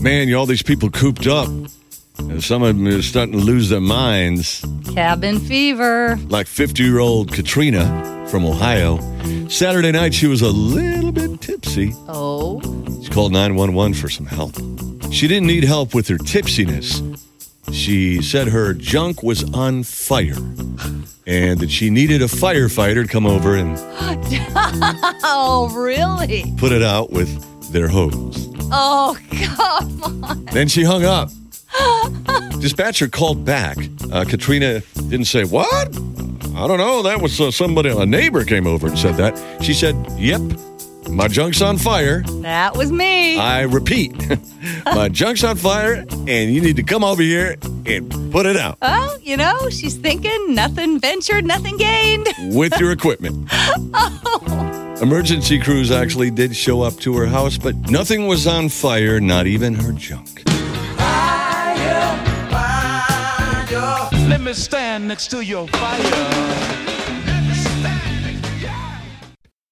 man, you all these people cooped up. And some of them are starting to lose their minds. Cabin fever. Like 50 year old Katrina from Ohio. Saturday night, she was a little bit tipsy. Oh, She called 911 for some help. She didn't need help with her tipsiness. She said her junk was on fire and that she needed a firefighter to come over and oh, really? put it out with their hose. Oh, come on. Then she hung up. Dispatcher called back. Uh, Katrina didn't say, What? I don't know. That was uh, somebody, a neighbor came over and said that. She said, Yep, my junk's on fire. That was me. I repeat, my junk's on fire, and you need to come over here and put it out well, you know, she's thinking nothing ventured, nothing gained. with your equipment. Emergency crews actually did show up to her house, but nothing was on fire, not even her junk. Let me stand next to your fire.